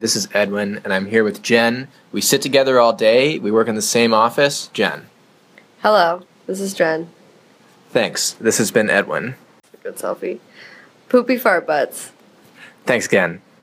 This is Edwin, and I'm here with Jen. We sit together all day. We work in the same office. Jen, Hello, this is Jen. thanks. This has been Edwin. Good selfie. Poopy fart butts. Thanks again.